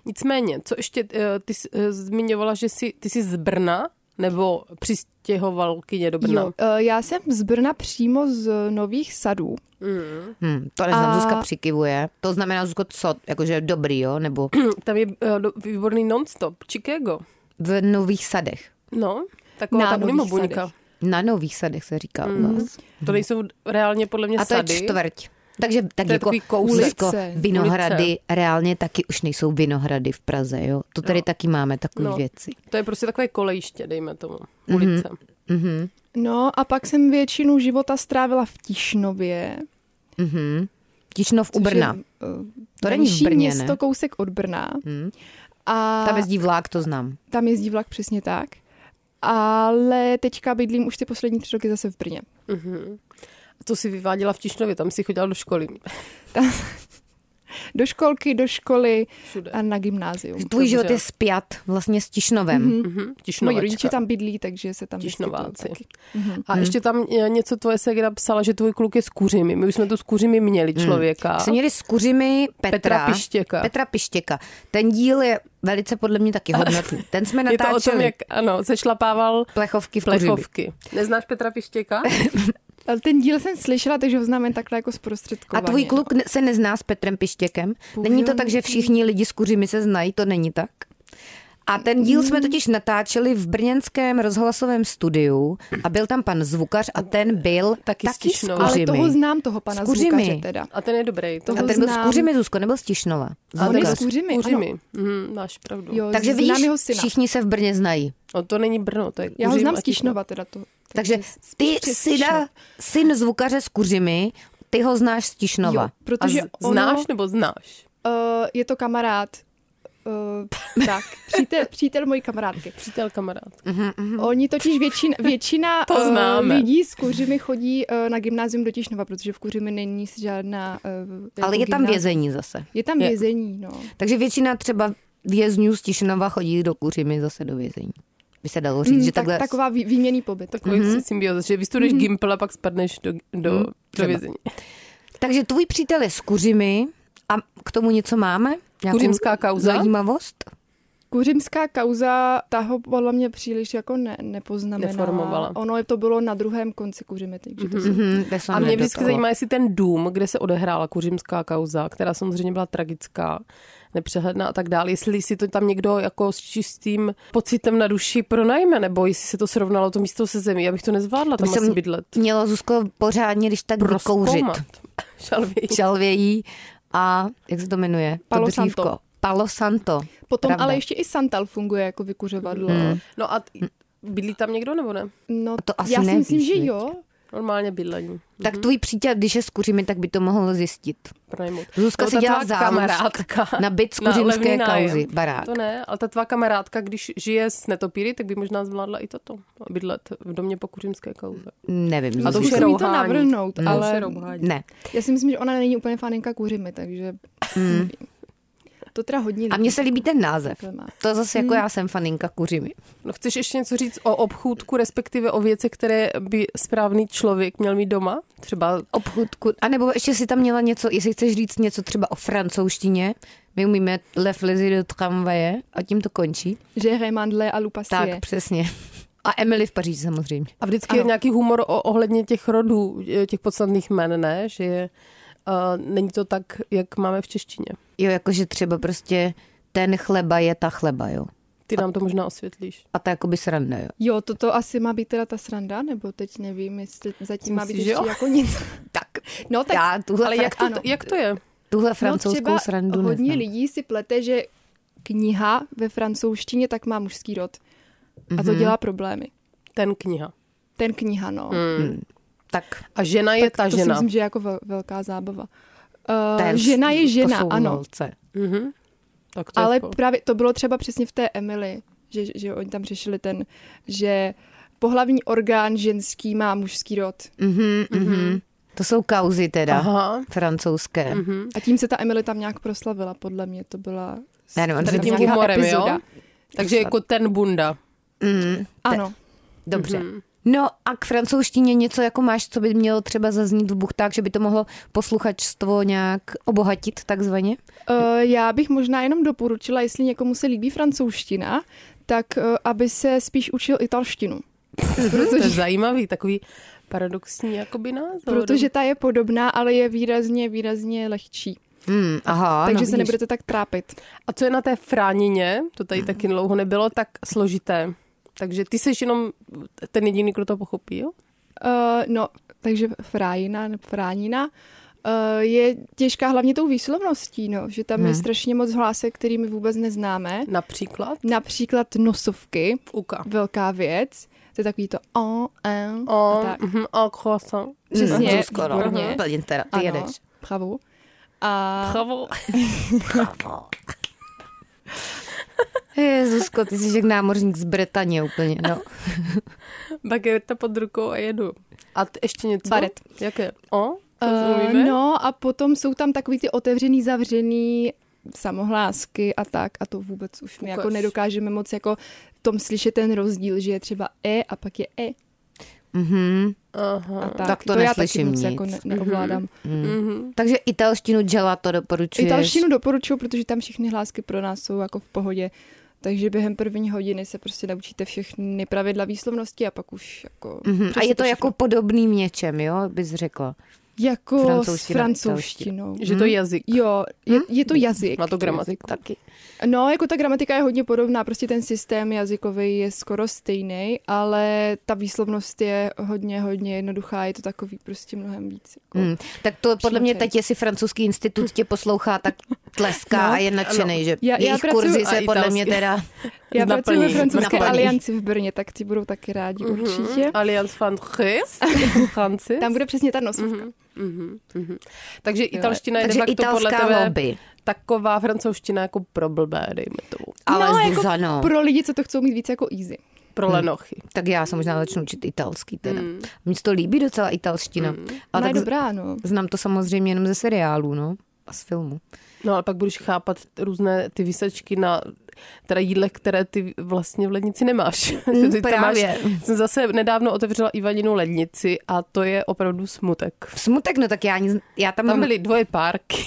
Nicméně, co ještě, eh, ty jsi eh, zmiňovala, že jsi, ty jsi z Brna, nebo přistěhovalkyně do Brna? Jo, eh, já jsem z Brna přímo z Nových sadů. Mm. Hmm, to neznám, A- Zuzka přikivuje. To znamená, Zuzko, co? Jakože dobrý, jo? Nebo Tam je eh, do- výborný nonstop, Chicago. v nových sadech. No, taková Na ta Nových buňka. Mhm. Sadech. Na nových sadech se říká u vás. To nejsou reálně podle mě A to je sady. čtvrť. Takže tak To je jako takový kousek. uličko, Ulice. vinohrady, reálně taky už nejsou vinohrady v Praze, jo. To tady taky máme takové No. věci. To je prostě takové kolejiště, dejme tomu. Ulice. Mm-hmm. Mhm, No a pak jsem většinu života strávila v Tíšnově. mhm. Tišnov u což Brna. Je, eh, To není v menší Brně, ne? město, kousek od Brna. Hmm. A Tam jezdí vlák, to znám. tam jezdí vlak přesně tak. Ale teďka bydlím už ty poslední tři roky zase v Brně. To si vyváděla v Tišnově, tam si chodila do školy. Do školky, do školy Všude. a na gymnázium. Tvůj Dobře. život je spjat vlastně s Tišnovem. Mhm. Moji Tišnovačka. rodiče tam bydlí, takže se tam vyskytuju Tišnováci. taky. Mhm. A ještě tam eh, něco tvoje segra psala, že tvůj kluk je s kuřimi. My už jsme tu s kuřimi měli člověka. Mhm. Jsme měli s kuřimi Petra, Petra Pištěka. Petra Pištěka. Ten díl je velice podle mě taky hodnotný. Ten jsme Je to o tom, natáčeli. jak ano, sešlapával Plechovky v Kuřibi. plechovky. Neznáš Petra Pištěka? Ale ten díl jsem slyšela, takže ho znám jen takhle jako zprostředkovaně. A tvůj no. kluk ne- se nezná s Petrem Pištěkem? Bohužel Není to tak, že všichni lidi s kuřimi se znají, to není tak? A ten díl Mm. jsme totiž natáčeli v brněnském rozhlasovém studiu a byl tam pan zvukař a ten byl Taky taky, z taky s Tišnova. Ale kuřimi. toho znám, toho pana S kuřimi. Zvukaře teda. A ten je dobrý. To a toho ten byl znám. s kuřimi, Zuzko, nebyl z Tišnova. A on je Zvukař. s kuřimi, ano. kuřimi. Mhm, máš pravdu. Jo, Takže znám vidíš, jeho syna. všichni se v Brně znají. No, to není Brno, to je Já ho Kuřim znám a z Tišnova teda to. Takže ty spíš syna, syn zvukaře s kuřimi, ty ho znáš z Tišnova. Jo, A z- protože ono, znáš nebo znáš? Uh, je to kamarád. Uh, tak, přítel, přítel mojí kamarádky. Přítel, kamarád. Mhm. Mm-hmm. Oni totiž většin, většina To známe. eh, lidí z Kuřimy chodí eh, na gymnázium do Tišnova, protože v Kuřimi není žádná... eh, jako Ale je tam gymnázium. vězení zase. Je tam Je. vězení, no. Takže většina třeba vězňů z Tišnova chodí do Kuřimy zase do vězení. By se dalo říct, Hmm, Mm, že tak, takhle... taková vý, výměný pobyt. Takový Mhm. mm-hmm. symbioza, že vystuduješ mm-hmm. Gimple a pak spadneš do, do, mm, do třeba. vězení. Takže tvůj přítel je z Kuřimy a k tomu něco máme? Jako Nějakou Kuřimská kauza? Zajímavost? Kuřimská kauza, ta ho podle mě příliš jako ne, nepoznamenala. Neformovala. Ono je to bylo na druhém konci Kuřimy, takže to mm-hmm. Mhm, kde se A mě nedostalo. vždycky zajímá, jestli ten dům, kde se odehrála kuřimská kauza, která samozřejmě byla tragická, nepřehledná a tak dále, jestli si to tam někdo jako s čistým pocitem na duši pronajme, nebo jestli se to srovnalo to místo se zemí. Já bych to nezvládla To by tam se asi mě- bydlet. Mělo Zuzko pořádně, když tak vykouřit. Prozkoumat. Šalvěj. Žalvějí a jak se to jmenuje? Palo to dřívko. Santo. Palo Santo. Potom Pravda. ale ještě i Santal funguje jako vykuřovadlo. Mm. No a t- Hm. bydlí tam někdo nebo ne? No, to asi já si nevíš, myslím, že viď? jo. Normálně bydlení. Tak tvůj přítel, když je s kuřimi, tak by to mohl zjistit. Pronajmout. Zuzka No, si ta dělá tvá zámsk kamarádka na byt z na levný kuřimské nájem. kauzy, barák. To ne, ale ta tvá kamarádka, když žije s netopíry, tak by možná zvládla i toto. Bydlet v domě po kuřimské kauze. Nevím. A to už Zuzko. je Zkusím jí to rouhání. navrhnout, Mm. No. To už je ale rouhání. Ne. já si myslím, že ona není úplně faninka kuřimy, takže mm. to teda hodně A lidí mně se líbí ten název. takhle má. To zase Mhm. jako já jsem faninka kuřimi. No, chceš ještě něco říct o obchůdku, respektive o věci, které by správný člověk měl mít doma? Třeba Obchudku. A nebo ještě si tam měla něco, jestli chceš říct něco třeba o francouzštině. My umíme le flizy do tramvaje a tím to končí. Že hraje mandle a Tak, lupasie. přesně. A Emily v Paříži samozřejmě. a vždycky ano. je nějaký humor o, ohledně těch rodů, eh, těch podstatných jmen, ne? Že je, uh, není to tak, jak máme v češtině. Jo, jakože třeba prostě ten chleba je ta chleba, jo. Ty nám to možná osvětlíš. A to je jakoby sranda, jo. Jo, toto asi má být teda ta sranda, nebo teď nevím, jestli zatím má být Myslíš, že ještě jo? jako nic. Tak, No tak já tuhle, Ale fra- jak to, ano. jak to je? tuhle francouzskou no, třeba srandu hodně neznám. lidí si plete, že kniha ve francouzštině tak má mužský rod. A Mhm. to dělá problémy. Ten kniha. Ten kniha, no. Hmm. Tak, A žena je ta to si žena. myslím, že je jako vel- velká zábava. to Uh, žena je žena, to jsou no. ano. Molce. Mhm. Tak to je Ale v pohodě. právě to bylo třeba přesně v té Emily, že, že oni tam řešili ten, že pohlavní orgán ženský má mužský rod. Mhm, mhm. To jsou kauzy teda. Aha. Francouzské. A tím se ta Emily tam nějak proslavila, podle mě to byla... Já nevím, to byla že tím nějaká humorem, jo? epizoda. Takže jako ten bunda. Mm, Ano. dobře. No a k francouzštině něco jako máš, co by mělo třeba zaznít v buchtách, že by to mohlo posluchačstvo nějak obohatit takzvaně? Uh, já bych možná jenom doporučila, jestli někomu se líbí francouzština, tak uh, aby se spíš učil italštinu. To je zajímavý, takový paradoxní jakoby názor. Protože ta je podobná, ale je výrazně, výrazně lehčí. Mm, aha, Takže no, se vidíš. nebudete tak trápit. Mhm. A co je na té fránině, to tady taky dlouho nebylo, tak složité. Takže ty jsi jenom ten jediný, kdo to pochopí, jo? Uh, no, takže frájina, nebo fránina uh, je těžká hlavně tou výslovností, no, že tam hmm. je strašně moc hlásek, který my vůbec neznáme. Například? Například nosovky, Uka. velká věc. To je takový to o, en, O, a tak. mhm, a croissant. Přesně, Hmm, to skoro. výborně. Plně teda, ty Ano, jedeš. Bravo. A Bravo. Jezusko, ty jsi jak námořník z Bretaně úplně, no. Bageta pod rukou a jedu. A t- ještě něco? Baret. Jaké? O? To Uh, umíme? no a potom jsou tam takový ty otevřený, zavřený samohlásky a tak a to vůbec už my Ukaž. jako nedokážeme moc jako v tom slyšet ten rozdíl, že je třeba e a pak je e Mhm. Aha. a tak. Tak to to já taky neslyším moc nic. jako ne- neovládám. Mhm. Takže italštinu gelato doporučuješ. Italštinu doporučuji, protože tam všechny hlásky pro nás jsou jako v pohodě. Takže během první hodiny se prostě naučíte všechny pravidla výslovnosti a pak už jako... Mhm. A přesně je to všechno. jako podobný v něčem, jo, bys řekla. Jako s francouzština, francouzštinou. Mhm. Že to je jazyk. Jo, je, Mhm. je to jazyk. Má to gramatiku. Taky. No, jako ta gramatika je hodně podobná, prostě ten systém jazykový je skoro stejný, ale ta výslovnost je hodně, hodně jednoduchá, je to takový prostě mnohem víc. Jako. Mm. Tak to podle mě Přímočej. teď, jestli francouzský institut tě poslouchá, tak tleská No, a je nadšený, že Já- já jejich pracuju- kurzy a se podle italský. mě teda... Já pracuji ve naplní, Mhm. francouzské naplní. alianci v Brně, tak ti budou taky rádi Mhm. mm-hmm. určitě. Alliance Francis. Francis. Tam bude přesně ta nosovka. Mm-hmm. Mhm, mhm, mhm. Takže italština No, je Takže de facto podle italská tebe lobby. taková francouzština jako pro blbé, dejme tomu. Ale no, no, jako Zuzano, pro lidi, co to chcou mít víc jako easy. Pro Hmm. lenochy. tak já se možná začnu učit italský teda. Mm. Mně se to líbí docela italština. Mm. Ona Ale je tak z- dobrá, no. znám to samozřejmě jenom ze seriálů, no. A z filmu. No ale pak budeš chápat různé ty vysačky na teda jídle, které ty vlastně v lednici nemáš. Že Hmm, ty tam právě. Máš, jsem zase nedávno otevřela Ivaninu lednici a to je opravdu smutek. Smutek, no tak já, ani, já tam, Tam mám byly dvoje párky,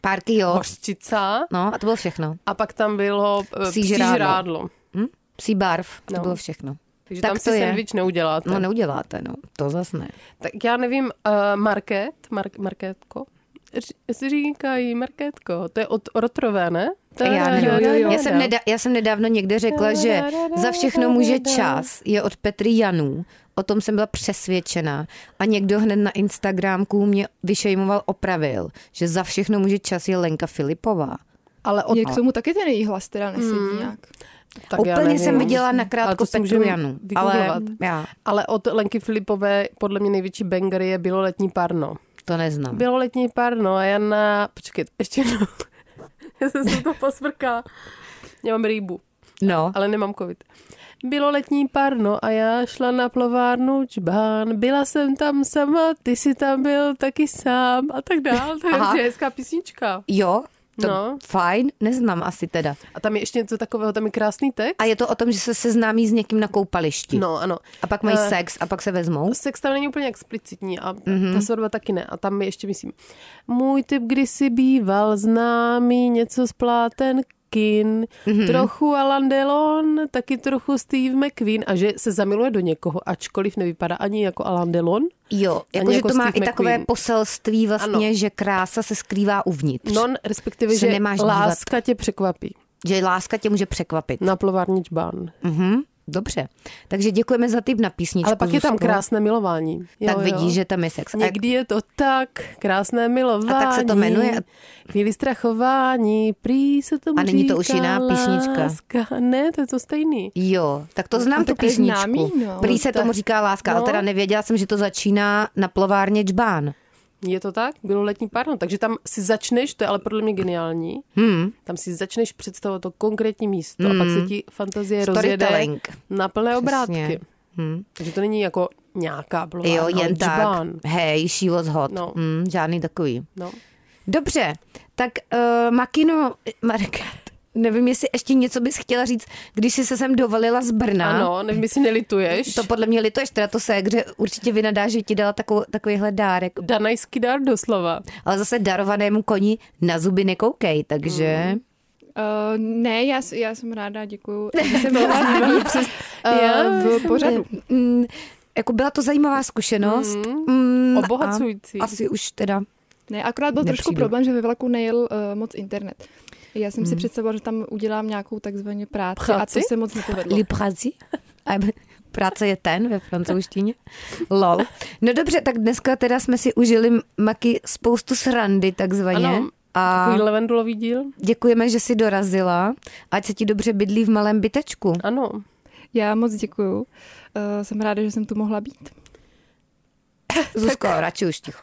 párky, jo. hořčica No a to bylo všechno. a pak tam bylo eh, Psí psí žrádlo. žrádlo. Hm? Psí barv, to No. bylo všechno. Takže Tak tam to si je. sendvič neuděláte. No neuděláte, no. To zas ne. Tak já nevím, uh, market, mark, marketko? Ř- si říkají marketko, to je od Rotrové, ne? Já, Jo, nevím. jo, jo. já, jsem no. neda, já jsem nedávno někde řekla, že za všechno může čas, je od Petry Janů. O tom jsem byla přesvědčená. A někdo hned na Instagramku mě vyšejmoval, opravil, že za všechno může čas je Lenka Filipová. Ale od... Je k tomu taky ten její hlas teda nesedí mm. nějak. tak já Úplně nevím. jsem viděla Ale nakrátko to si Petru můžeme Janu. Ale vygooglovat. já Ale od Lenky Filipové podle mě největší banger je Bylo letní parno. to neznám. Bylo letní parno a Jana... Počkej, ještě jednou. já jsem se to posvrká. Já mám rýbu, No, ale nemám covid. Bylo letní parno a já šla na plovárnu čbán. Byla jsem tam sama, ty jsi tam byl taky sám a tak dál. To je Aha. hrozně hezká písnička. jo, to No. fajn, neznám asi teda. A tam je ještě něco takového, tam je krásný text. A je to o tom, že se seznámí s někým na koupališti. No, ano. A pak mají Eh, sex a pak se vezmou. Sex tam není úplně explicitní a mm-hmm. ta svatba taky ne. A tam je ještě, myslím, můj typ kdysi býval známý, něco z pláten kin, mm-hmm. trochu Alan Delon, taky trochu Steve McQueen a že se zamiluje do někoho, ačkoliv nevypadá ani jako Alan Delon. Jo, Ani jakože jako to má Steve i takové McQueen. poselství vlastně, Ano. No, že krása se skrývá uvnitř. Non, respektive, Se že nemáš dívat. láska tě překvapí Že láska tě může překvapit. na plovární čbán. Mhm, dobře. Takže děkujeme za tip na písničku. Ale pak je tam Zuzko. krásné milování. Jo, Tak jo. vidíš, že tam je sex. A jak- Někdy je to tak, krásné milování. A tak se to jmenuje? Chvíli strachování, prý se tomu A není to už říká jiná písnička? Láska. Ne, to je to stejný. Jo, tak to znám No, tu tak to je písničku. známý, no. Prý se Tak- tomu říká láska, ale no. teda nevěděla jsem, že to začíná na plovárně Džbán. Je to tak? Bylo letní párno. Takže tam si začneš, to je ale podle mě geniální, Hmm. tam si začneš představovat to konkrétní místo a pak se ti fantazie rozjede Storytelling. na plné obrátky. Hmm. Takže to není jako nějaká plovárna, Jo, ale jen tak. džbán. Hej, she was hot. No. Hmm, žádný takový. No. Dobře, tak uh, Makino, Market, nevím, jestli ještě něco bys chtěla říct, když jsi se sem dovolila z Brna. Ano, nevím, jestli nelituješ. To podle mě lituješ, teda to se, kde určitě vynadá, že ti dala takovou, takovýhle dárek. Danajský dár doslova. Ale zase darovanému koni na zuby nekoukej, takže... Mm. Uh, ne, já, s- já jsem ráda, děkuju. že jsem mohla být uh, v pořadu. Mm, jako byla to zajímavá zkušenost. Mm, Obohacující. A asi už teda... Ne, akorát byl trošku Nepřijdu. problém, že ve vlaku nejel uh, moc internet. Já jsem si představovala, že tam udělám nějakou takzvaně práci a Práci? to se moc nepovedlo. Li práci? A práce je ten ve francouzštině. Lol. No dobře, tak dneska teda jsme si užili maky spoustu srandy takzvaně. Ano, a Takový levendulový díl? děkujeme, že jsi dorazila. Ať se ti dobře bydlí v malém bytečku. Ano. Já moc děkuju. Uh, jsem ráda, že jsem tu mohla být. Zuzko, radši už ticho.